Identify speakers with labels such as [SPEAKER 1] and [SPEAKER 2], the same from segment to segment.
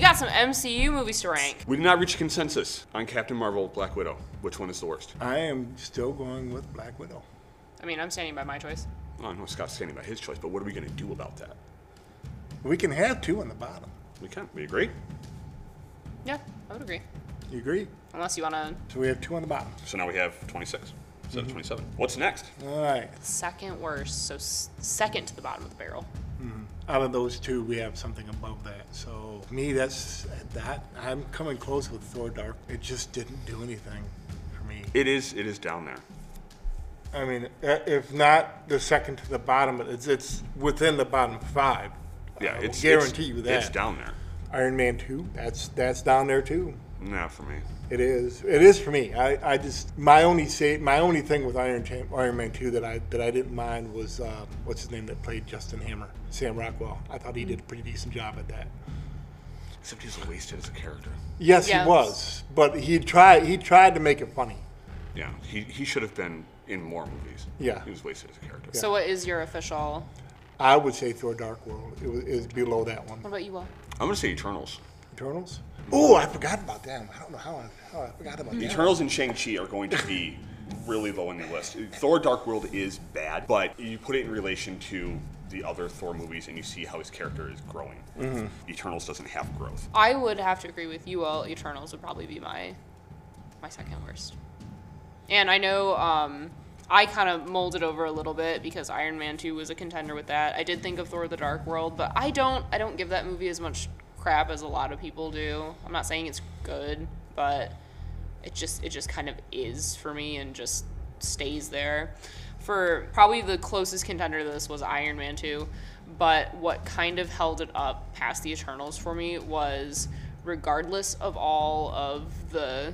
[SPEAKER 1] got some MCU movies to rank.
[SPEAKER 2] We did not reach a consensus on Captain Marvel, Black Widow. Which one is the worst?
[SPEAKER 3] I am still going with Black Widow.
[SPEAKER 1] I mean, I'm standing by my choice.
[SPEAKER 2] Oh, I know Scott's standing by his choice, but what are we going to do about that?
[SPEAKER 3] We can have two on the bottom.
[SPEAKER 2] We can. We agree?
[SPEAKER 1] Yeah, I would agree.
[SPEAKER 3] You agree?
[SPEAKER 1] Unless you want to
[SPEAKER 3] So we have two on the bottom.
[SPEAKER 2] So now we have 26 instead
[SPEAKER 3] Mm-hmm.
[SPEAKER 2] of 27. What's next?
[SPEAKER 3] All right.
[SPEAKER 1] second worst, so s- second to the bottom of the barrel.
[SPEAKER 3] Out of those two, we have something above that. So me, that's that. I'm coming close with Thor: Dark. It just didn't do anything for me.
[SPEAKER 2] It is. It is down there.
[SPEAKER 3] I mean, uh, if not the second to the bottom, it's it's within the bottom five.
[SPEAKER 2] Yeah,
[SPEAKER 3] I will
[SPEAKER 2] it's
[SPEAKER 3] guarantee
[SPEAKER 2] it's-
[SPEAKER 3] you that.
[SPEAKER 2] it's down there.
[SPEAKER 3] Iron Man two. That's that's down there too.
[SPEAKER 2] Not for me.
[SPEAKER 3] It is. It is for me. I, I just my only say my only thing with Iron Cham- Iron Man two that I that I didn't mind was uh, what's his name that played Justin Hammer, Sam Rockwell. I thought he did a pretty decent job at that.
[SPEAKER 2] Except he's wasted as a character.
[SPEAKER 3] Yes,
[SPEAKER 1] Yes.
[SPEAKER 3] he was, but he tried he tried to make it funny.
[SPEAKER 2] Yeah, he, he should have been in more movies.
[SPEAKER 3] Yeah.
[SPEAKER 2] he was wasted as a character.
[SPEAKER 1] So what is your official?
[SPEAKER 3] I would say Thor: Dark World it was, is below that one.
[SPEAKER 1] What about you, Will?
[SPEAKER 2] I'm gonna say Eternals.
[SPEAKER 3] Eternals. Oh, I forgot about them. I don't know how I, how I forgot about them.
[SPEAKER 2] Eternals and Shang Chi are going to be really low on the list. Thor: Dark World is bad, but you put it in relation to the other Thor movies, and you see how his character is growing.
[SPEAKER 3] Mm-hmm.
[SPEAKER 2] Eternals doesn't have growth.
[SPEAKER 1] I would have to agree with you. Will Eternals would probably be my my second worst. And I know um, I kind of molded over a little bit because Iron Man Two was a contender with that. I did think of Thor: The Dark World, but I don't I don't give that movie as much crap as a lot of people do. I'm not saying it's good, but it just it just kind of is for me and just stays there. For probably the closest contender to this was Iron Man 2, but what kind of held it up past the Eternals for me was regardless of all of the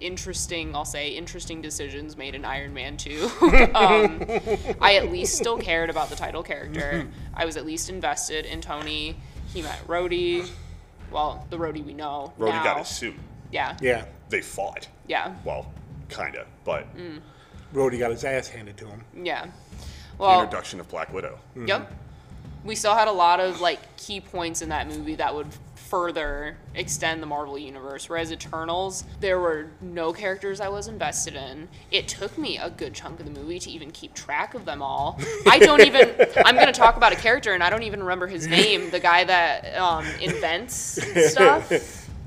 [SPEAKER 1] interesting, I'll say, interesting decisions made in Iron Man 2. um, I at least still cared about the title character. I was at least invested in Tony. He met Rhodey. Well, the Rhodey we know.
[SPEAKER 2] Rhodey
[SPEAKER 1] now.
[SPEAKER 2] got his suit.
[SPEAKER 1] Yeah.
[SPEAKER 3] Yeah,
[SPEAKER 2] They fought.
[SPEAKER 1] Yeah.
[SPEAKER 2] Well, kinda, but
[SPEAKER 1] Mm.
[SPEAKER 3] Rhodey got his ass handed to him.
[SPEAKER 1] Yeah.
[SPEAKER 2] the
[SPEAKER 1] Well,
[SPEAKER 2] introduction of Black Widow.
[SPEAKER 1] yep. We still had a lot of like key points in that movie that would further extend the Marvel universe. Whereas Eternals, there were no characters I was invested in. It took me a good chunk of the movie to even keep track of them all. I don't even. I'm gonna talk about a character and I don't even remember his name. The guy that um, invents stuff.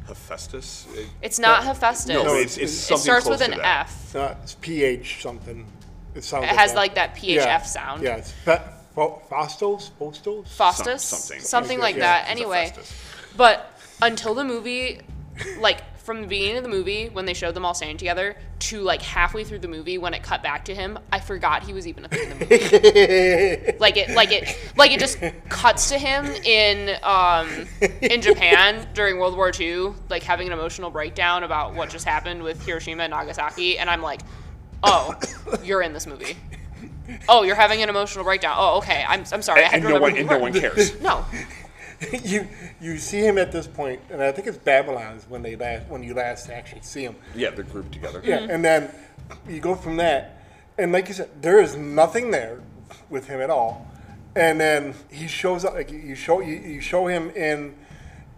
[SPEAKER 2] Hephaestus.
[SPEAKER 1] It's not Hephaestus.
[SPEAKER 2] No, it's,
[SPEAKER 3] it's-
[SPEAKER 2] it's
[SPEAKER 1] it
[SPEAKER 2] something
[SPEAKER 1] starts
[SPEAKER 2] close
[SPEAKER 1] with an
[SPEAKER 2] to that.
[SPEAKER 1] F.
[SPEAKER 3] So it's PH something. It sounds.
[SPEAKER 1] It has like that PHF
[SPEAKER 3] Yeah.
[SPEAKER 1] sound.
[SPEAKER 3] Yeah, it's fa- fo- Fostos, Postos.
[SPEAKER 1] Faustus,
[SPEAKER 2] Some- something.
[SPEAKER 1] like
[SPEAKER 3] Yeah,
[SPEAKER 1] that.
[SPEAKER 2] he's a
[SPEAKER 1] Anyway,
[SPEAKER 2] Faustus.
[SPEAKER 1] but until the movie, like from the beginning of the movie when they showed them all standing together to like halfway through the movie when it cut back to him, I forgot he was even a thing in the movie. like it, like it, like it just cuts to him in um, in Japan during World War II, like having an emotional breakdown about what just happened with Hiroshima and Nagasaki, and I'm like, oh, you're in this movie. Oh, you're having an emotional breakdown. Oh, okay. I'm, I'm sorry. I had
[SPEAKER 2] And
[SPEAKER 1] to
[SPEAKER 2] no
[SPEAKER 1] remember
[SPEAKER 2] one,
[SPEAKER 1] who
[SPEAKER 2] and
[SPEAKER 1] you
[SPEAKER 2] no
[SPEAKER 1] were.
[SPEAKER 2] one cares.
[SPEAKER 1] No,
[SPEAKER 3] you you see him at this point, and I think it's Babylon is when they last when you last actually see him.
[SPEAKER 2] yeah, they're grouped together.
[SPEAKER 3] Yeah, and then you go from that, and like you said, there is nothing there with him at all. And then he shows up. Like you show you, you show him in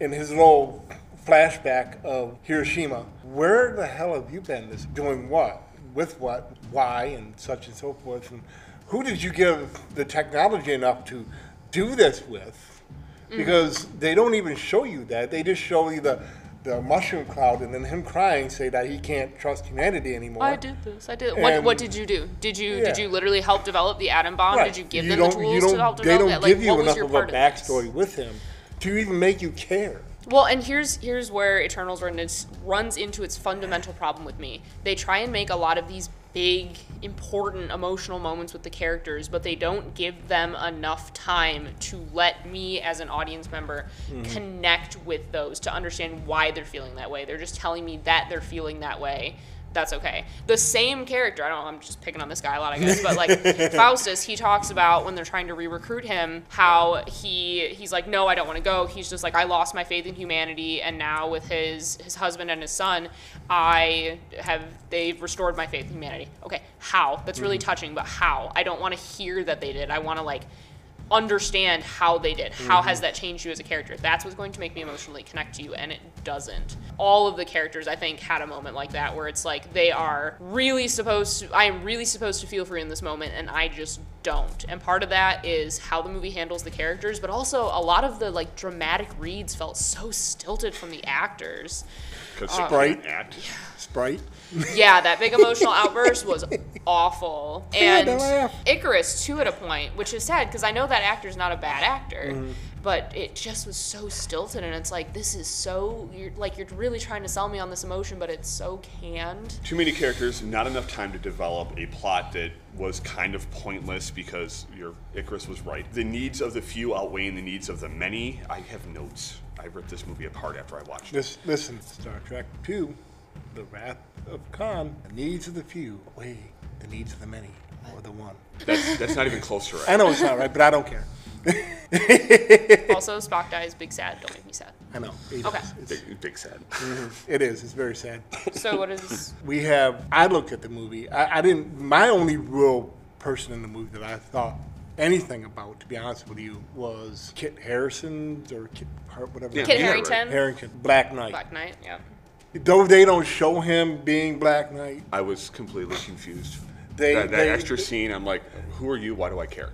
[SPEAKER 3] in his little flashback of Hiroshima. Where the hell have you been? This doing what with what why and such and so forth. And who did you give the technology enough to do this with?
[SPEAKER 1] Mm-hmm.
[SPEAKER 3] because they don't even show you that. They just show you the the mushroom cloud and then him crying, say that he can't trust humanity anymore.
[SPEAKER 1] Oh, I did this. I did. What,
[SPEAKER 3] And-
[SPEAKER 1] what did you do? Did you did
[SPEAKER 3] Yeah.
[SPEAKER 1] you literally help develop the atom bomb?
[SPEAKER 3] Right.
[SPEAKER 1] Did you give
[SPEAKER 3] You
[SPEAKER 1] them
[SPEAKER 3] don't-
[SPEAKER 1] the
[SPEAKER 3] you
[SPEAKER 1] tools
[SPEAKER 3] don't-
[SPEAKER 1] to help
[SPEAKER 3] They
[SPEAKER 1] develop
[SPEAKER 3] don't
[SPEAKER 1] that? Like,
[SPEAKER 3] give you
[SPEAKER 1] what was
[SPEAKER 3] enough
[SPEAKER 1] your
[SPEAKER 3] of a
[SPEAKER 1] part this?
[SPEAKER 3] backstory with him to even make you care.
[SPEAKER 1] Well, and here's here's where Eternals run its- runs into its fundamental problem with me. They try and make a lot of these big, important emotional moments with the characters, but they don't give them enough time to let me as an audience member
[SPEAKER 3] Mm-hmm.
[SPEAKER 1] connect with those to understand why they're feeling that way. They're just telling me that they're feeling that way. That's okay. The same character, I don't know, I'm just picking on this guy a lot, I guess, but like Faustus, he talks about when they're trying to re-recruit him, how he he's like, No, I don't want to go. He's just like, I lost my faith in humanity and now with his his husband and his son, I have they've restored my faith in humanity. Okay, how? That's really touching, but how? I don't want to hear that they did. I wanna like understand how they did. How has that changed you as a character? That's what's going to make me emotionally connect to you, and it doesn't. All of the characters, I think, had a moment like that where it's like they are really supposed to, I am really supposed to feel for you in this moment, and I just don't. And part of that is how the movie handles the characters, but also a lot of the like dramatic reads felt so stilted from the actors.
[SPEAKER 2] Because
[SPEAKER 3] Sprite.
[SPEAKER 2] act.
[SPEAKER 3] Sprite.
[SPEAKER 1] Yeah, that big emotional outburst was awful.
[SPEAKER 3] had
[SPEAKER 1] And
[SPEAKER 3] to laugh.
[SPEAKER 1] Icarus too at a point, which is sad because I know that actor's not a bad actor,
[SPEAKER 3] Mm-hmm.
[SPEAKER 1] but it just was so stilted and it's like this is so you're like you're really trying to sell me on this emotion, but it's so canned.
[SPEAKER 2] Too many characters, not enough time to develop a plot that was kind of pointless because your Icarus was right. The needs of the few outweighing the needs of the many. I have notes. I ripped this movie apart after I watched it.
[SPEAKER 3] This, listen, Star Trek Two, The Wrath of Khan. The needs of the few weigh the needs of the many, or the one.
[SPEAKER 2] That's, that's not even close to
[SPEAKER 3] I
[SPEAKER 2] right.
[SPEAKER 3] know it's not right, but I don't care.
[SPEAKER 1] also, Spock dies, big sad, don't make me sad.
[SPEAKER 3] I know. It
[SPEAKER 1] Okay.
[SPEAKER 3] is. It's,
[SPEAKER 2] Big, big sad.
[SPEAKER 3] it is. It's very sad.
[SPEAKER 1] So what is
[SPEAKER 3] We have. I looked at the movie. I, I didn't. My only real person in the movie that I thought anything about, to be honest with you, was Kit Harrison's or Kit Hart, whatever.
[SPEAKER 2] Yeah.
[SPEAKER 1] Kit
[SPEAKER 2] Yeah, right.
[SPEAKER 1] Harrington?
[SPEAKER 3] Harrington, Black Knight.
[SPEAKER 1] Black Knight, yeah.
[SPEAKER 3] Though they don't show him being Black Knight,
[SPEAKER 2] I was completely confused.
[SPEAKER 3] They-
[SPEAKER 2] that that
[SPEAKER 3] they-
[SPEAKER 2] extra scene, I'm like, who are you? Why do I care?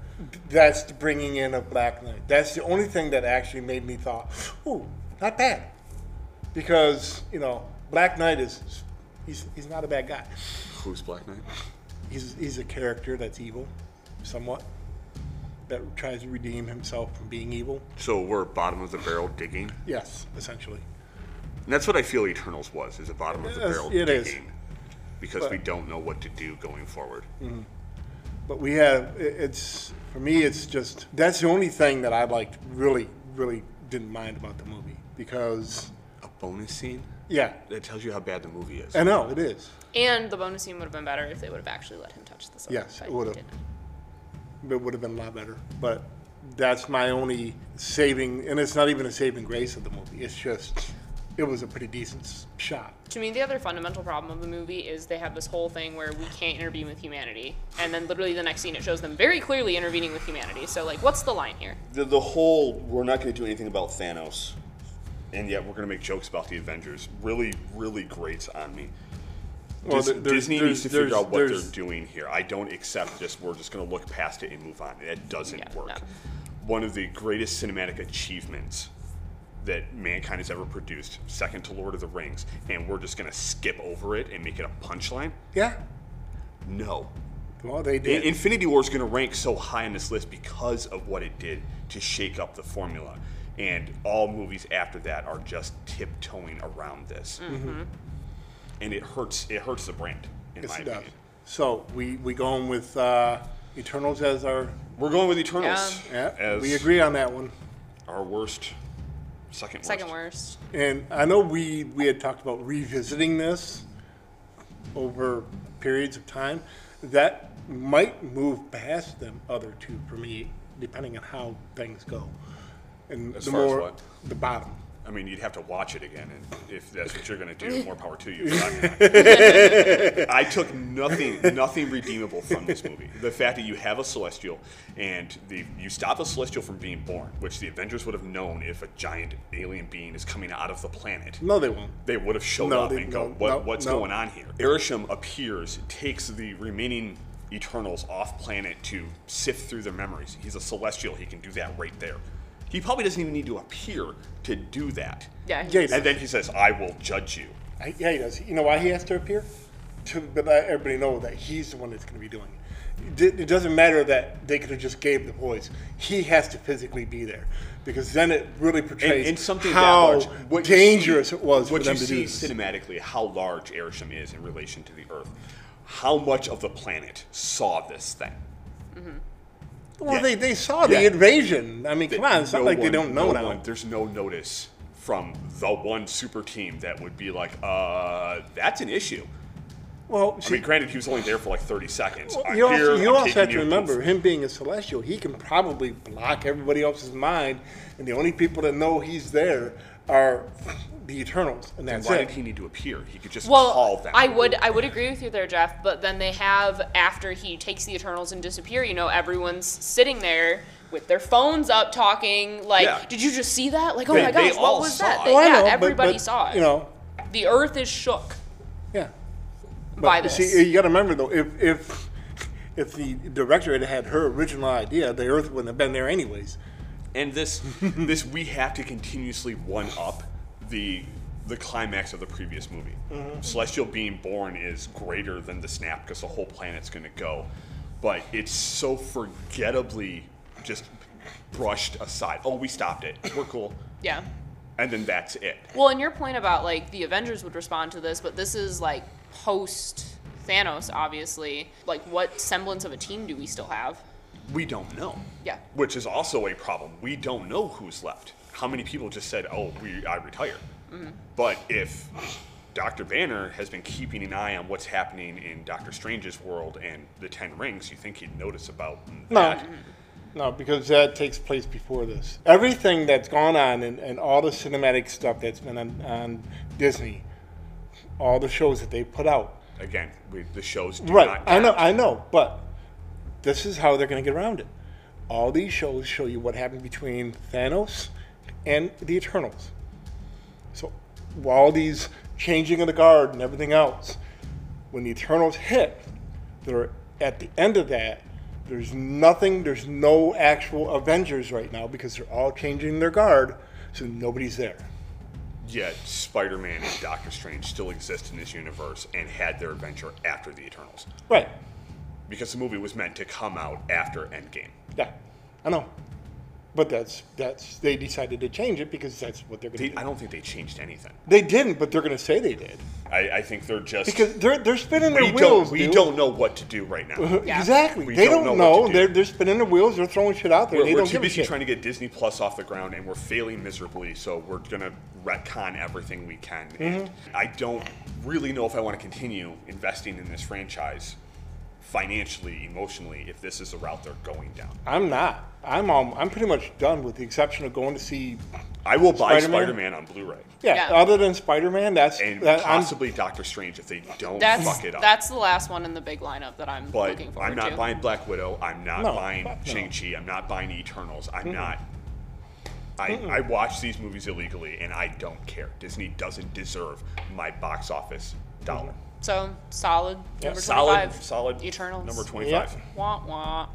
[SPEAKER 3] that's the bringing in of Black Knight. That's the only thing that actually made me thought, ooh, not bad. Because, you know, Black Knight is, he's, he's not a bad guy.
[SPEAKER 2] Who's Black Knight?
[SPEAKER 3] He's, he's a character that's evil, somewhat, that tries to redeem himself from being evil.
[SPEAKER 2] So we're bottom of the barrel digging.
[SPEAKER 3] Yes, essentially.
[SPEAKER 2] And that's what I feel Eternals was, is a bottom of the
[SPEAKER 3] Yes,
[SPEAKER 2] barrel
[SPEAKER 3] it is.
[SPEAKER 2] digging. Because we don't know what to do going forward.
[SPEAKER 3] Mm. But we have i- it's for me it's just that's the only thing that I liked really really didn't mind about the movie because
[SPEAKER 2] A bonus scene?
[SPEAKER 3] yeah
[SPEAKER 2] That tells you how bad the movie is.
[SPEAKER 3] I know it is
[SPEAKER 1] And the bonus scene would have been better if they would have actually let him touch the sword.
[SPEAKER 3] Yes,
[SPEAKER 1] but
[SPEAKER 3] it would
[SPEAKER 1] they
[SPEAKER 3] have.
[SPEAKER 1] didn't.
[SPEAKER 3] it would have been a lot better but that's my only saving and it's not even a saving grace of the movie it's just it was a pretty decent s- shot
[SPEAKER 1] To me, the other fundamental problem of the movie is they have this whole thing where we can't intervene with humanity, and then literally the next scene it shows them very clearly intervening with humanity. So, like, what's the line here?
[SPEAKER 2] the, the whole we're not going to do anything about Thanos, and yet we're going to make jokes about the Avengers really, really grates on me.
[SPEAKER 3] Well,
[SPEAKER 2] Dis-
[SPEAKER 3] there- there's-
[SPEAKER 2] Disney
[SPEAKER 3] there's-
[SPEAKER 2] needs to figure
[SPEAKER 3] there's-
[SPEAKER 2] out what they're
[SPEAKER 3] there's-
[SPEAKER 2] doing here. I don't accept this. We're just going to look past it and move on. That doesn't
[SPEAKER 1] Yeah,
[SPEAKER 2] work.
[SPEAKER 1] no.
[SPEAKER 2] One of the greatest cinematic achievements that mankind has ever produced, second to Lord of the Rings, and we're just going to skip over it and make it a punchline?
[SPEAKER 3] yeah
[SPEAKER 2] No.
[SPEAKER 3] well they
[SPEAKER 2] In-
[SPEAKER 3] did
[SPEAKER 2] Infinity War is going to rank so high on this list because of what it did to shake up the formula, and all movies after that are just tiptoeing around this,
[SPEAKER 3] Mm-hmm.
[SPEAKER 2] Mm-hmm. and it hurts. It hurts the brand. In
[SPEAKER 3] yes
[SPEAKER 2] my
[SPEAKER 3] it
[SPEAKER 2] opinion.
[SPEAKER 3] does so we we going with uh, Eternals as our
[SPEAKER 2] We're going with Eternals
[SPEAKER 3] yeah
[SPEAKER 2] as
[SPEAKER 3] we agree on that one
[SPEAKER 2] our worst, second worst.
[SPEAKER 1] Second worst.
[SPEAKER 3] And I know we, we had talked about revisiting this over periods of time. That might move past them other two for me, depending on how things go. And
[SPEAKER 2] As
[SPEAKER 3] the
[SPEAKER 2] far as
[SPEAKER 3] more
[SPEAKER 2] what?
[SPEAKER 3] the bottom.
[SPEAKER 2] I mean, you'd have to watch it again, and if that's what you're going to do, more power to you. but I'm not. I took nothing, nothing redeemable from this movie. The fact that you have a celestial, and the, you stop a celestial from being born, which the Avengers would have known if a giant alien being is coming out of the planet.
[SPEAKER 3] No, they won't.
[SPEAKER 2] They would have showed
[SPEAKER 3] No,
[SPEAKER 2] up
[SPEAKER 3] they-
[SPEAKER 2] and go,
[SPEAKER 3] no,
[SPEAKER 2] what,
[SPEAKER 3] no,
[SPEAKER 2] what's
[SPEAKER 3] no.
[SPEAKER 2] going on here? Erisham appears, takes the remaining Eternals off planet to sift through their memories. He's a celestial. He can do that right there. He probably doesn't even need to appear to do that.
[SPEAKER 1] Yeah. he-
[SPEAKER 3] Yeah, he-
[SPEAKER 2] And then he says, I will judge you.
[SPEAKER 3] I, yeah, he does. You know why he has to appear? To but let everybody know that he's the one that's going to be doing it. it. It doesn't matter that they could have just gave the voice. He has to physically be there because then it really portrays
[SPEAKER 2] And, and something
[SPEAKER 3] how
[SPEAKER 2] that large, what you
[SPEAKER 3] dangerous
[SPEAKER 2] see-
[SPEAKER 3] it was
[SPEAKER 2] what
[SPEAKER 3] for them
[SPEAKER 2] you
[SPEAKER 3] to
[SPEAKER 2] see
[SPEAKER 3] do this.
[SPEAKER 2] cinematically, how large Erisham is in relation to the Earth, how much of the planet saw this thing.
[SPEAKER 3] Well,
[SPEAKER 2] Yeah.
[SPEAKER 3] they, they saw the
[SPEAKER 2] Yeah.
[SPEAKER 3] invasion. I mean, come on, it's not
[SPEAKER 2] No
[SPEAKER 3] like they
[SPEAKER 2] one-
[SPEAKER 3] don't know
[SPEAKER 2] no
[SPEAKER 3] now.
[SPEAKER 2] one- there's no notice from the one super team that would be like, uh, that's an issue.
[SPEAKER 3] Well,
[SPEAKER 2] I
[SPEAKER 3] see,
[SPEAKER 2] mean, granted, he was only there for like 30 seconds. I'm
[SPEAKER 3] you also,
[SPEAKER 2] here,
[SPEAKER 3] you
[SPEAKER 2] I'm
[SPEAKER 3] also
[SPEAKER 2] taking
[SPEAKER 3] have to
[SPEAKER 2] you-
[SPEAKER 3] remember, him being a celestial, he can probably block everybody else's mind, and the only people that know he's there are the Eternals, and that's
[SPEAKER 2] Why
[SPEAKER 3] it.
[SPEAKER 2] did he need to appear? He could just call
[SPEAKER 1] Well,
[SPEAKER 2] them.
[SPEAKER 1] I would I would agree with you there, Jeff. But then they have after he takes the Eternals and disappear. You know, everyone's sitting there with their phones up talking like
[SPEAKER 2] Yeah.
[SPEAKER 1] did you just see that like oh
[SPEAKER 2] They-
[SPEAKER 1] my
[SPEAKER 2] they
[SPEAKER 1] gosh
[SPEAKER 2] all
[SPEAKER 1] what was
[SPEAKER 2] saw
[SPEAKER 1] that
[SPEAKER 2] it.
[SPEAKER 1] They-
[SPEAKER 2] Well,
[SPEAKER 1] yeah
[SPEAKER 3] know, but-
[SPEAKER 1] everybody
[SPEAKER 3] but,
[SPEAKER 1] saw it
[SPEAKER 3] You know,
[SPEAKER 1] the earth is shook
[SPEAKER 3] yeah.
[SPEAKER 1] by
[SPEAKER 3] But
[SPEAKER 1] this
[SPEAKER 3] See, you got to remember though, if if if the director had had her original idea, the Earth wouldn't have been there anyways.
[SPEAKER 2] And this this we have to continuously one up the the climax of the previous movie. Celestial being born is greater than the snap because the whole planet's going to go, but it's so forgettably just brushed aside. Oh, we stopped it. We're cool.
[SPEAKER 1] yeah
[SPEAKER 2] And then that's it.
[SPEAKER 1] well and your point about like the avengers would respond to this but this is like post thanos obviously like what semblance of a team do we still have
[SPEAKER 2] We don't know.
[SPEAKER 1] Yeah.
[SPEAKER 2] Which is also a problem. We don't know who's left. How many people just said, "Oh, we I retire." But if Dr. Banner has been keeping an eye on what's happening in Doctor Strange's world and the Ten Rings, you think he'd notice about
[SPEAKER 3] No.
[SPEAKER 2] that?
[SPEAKER 3] No, because that takes place before this. Everything that's gone on and, and all the cinematic stuff that's been on, on Disney, all the shows that they put out.
[SPEAKER 2] Again, we, the shows do
[SPEAKER 3] Right,
[SPEAKER 2] not.
[SPEAKER 3] I know, I know, but this is how they're going to get around it. All these shows show you what happened between Thanos and the Eternals. So, all these changing of the guard and everything else, when the Eternals hit, they're at the end of that. There's nothing. There's no actual Avengers right now because they're all changing their guard, so nobody's there.
[SPEAKER 2] Yet Spider-Man and Doctor Strange still exist in this universe and had their adventure after the Eternals,
[SPEAKER 3] Right.
[SPEAKER 2] because the movie was meant to come out after Endgame.
[SPEAKER 3] Yeah. I know. But that's that's they decided to change it because that's what they're going to
[SPEAKER 2] They,
[SPEAKER 3] do.
[SPEAKER 2] I don't think they changed anything.
[SPEAKER 3] They didn't, but they're going to say they did
[SPEAKER 2] I, I think they're just
[SPEAKER 3] because they're they're spinning
[SPEAKER 2] we
[SPEAKER 3] their wheels.
[SPEAKER 2] don't we
[SPEAKER 3] dude.
[SPEAKER 2] don't know what to do right now.
[SPEAKER 1] Yeah.
[SPEAKER 3] Exactly.
[SPEAKER 2] We
[SPEAKER 3] they
[SPEAKER 2] don't
[SPEAKER 3] don't,
[SPEAKER 2] know what to
[SPEAKER 3] know.
[SPEAKER 2] do.
[SPEAKER 3] They're they're spinning their wheels. They're throwing shit out there.
[SPEAKER 2] We're,
[SPEAKER 3] they
[SPEAKER 2] we're
[SPEAKER 3] don't
[SPEAKER 2] too
[SPEAKER 3] give a
[SPEAKER 2] busy
[SPEAKER 3] shit.
[SPEAKER 2] trying to get Disney Plus off the ground, and we're failing miserably. So we're gonna retcon everything we can.
[SPEAKER 3] Mm-hmm.
[SPEAKER 2] And I don't really know if I want to continue investing in this franchise financially, emotionally, if this is the route they're going down.
[SPEAKER 3] I'm not. I'm um, I'm pretty much done with the exception of going to see.
[SPEAKER 2] I will buy
[SPEAKER 3] Spider-Man?
[SPEAKER 2] Spider-Man on Blu-ray
[SPEAKER 3] Yeah.
[SPEAKER 1] Yeah.
[SPEAKER 3] Other than Spider Man, that's
[SPEAKER 2] and
[SPEAKER 3] that, I'm-
[SPEAKER 2] possibly Doctor Strange if they don't
[SPEAKER 1] that's
[SPEAKER 2] fuck it up.
[SPEAKER 1] that's the last one in the big lineup that i'm
[SPEAKER 2] but
[SPEAKER 1] looking forward
[SPEAKER 2] I'm not
[SPEAKER 1] to
[SPEAKER 2] buying Black Widow. I'm not
[SPEAKER 3] No,
[SPEAKER 2] buying
[SPEAKER 3] fuck no.
[SPEAKER 2] Shang Chi. I'm not buying Eternals. I'm not. I, I watch these movies illegally, and I don't care. Disney doesn't deserve my box office dollar.
[SPEAKER 1] so solid number
[SPEAKER 2] Solid,
[SPEAKER 1] 25
[SPEAKER 2] solid.
[SPEAKER 1] eternals
[SPEAKER 2] Number twenty-five.
[SPEAKER 3] Yep.
[SPEAKER 1] wah, wah.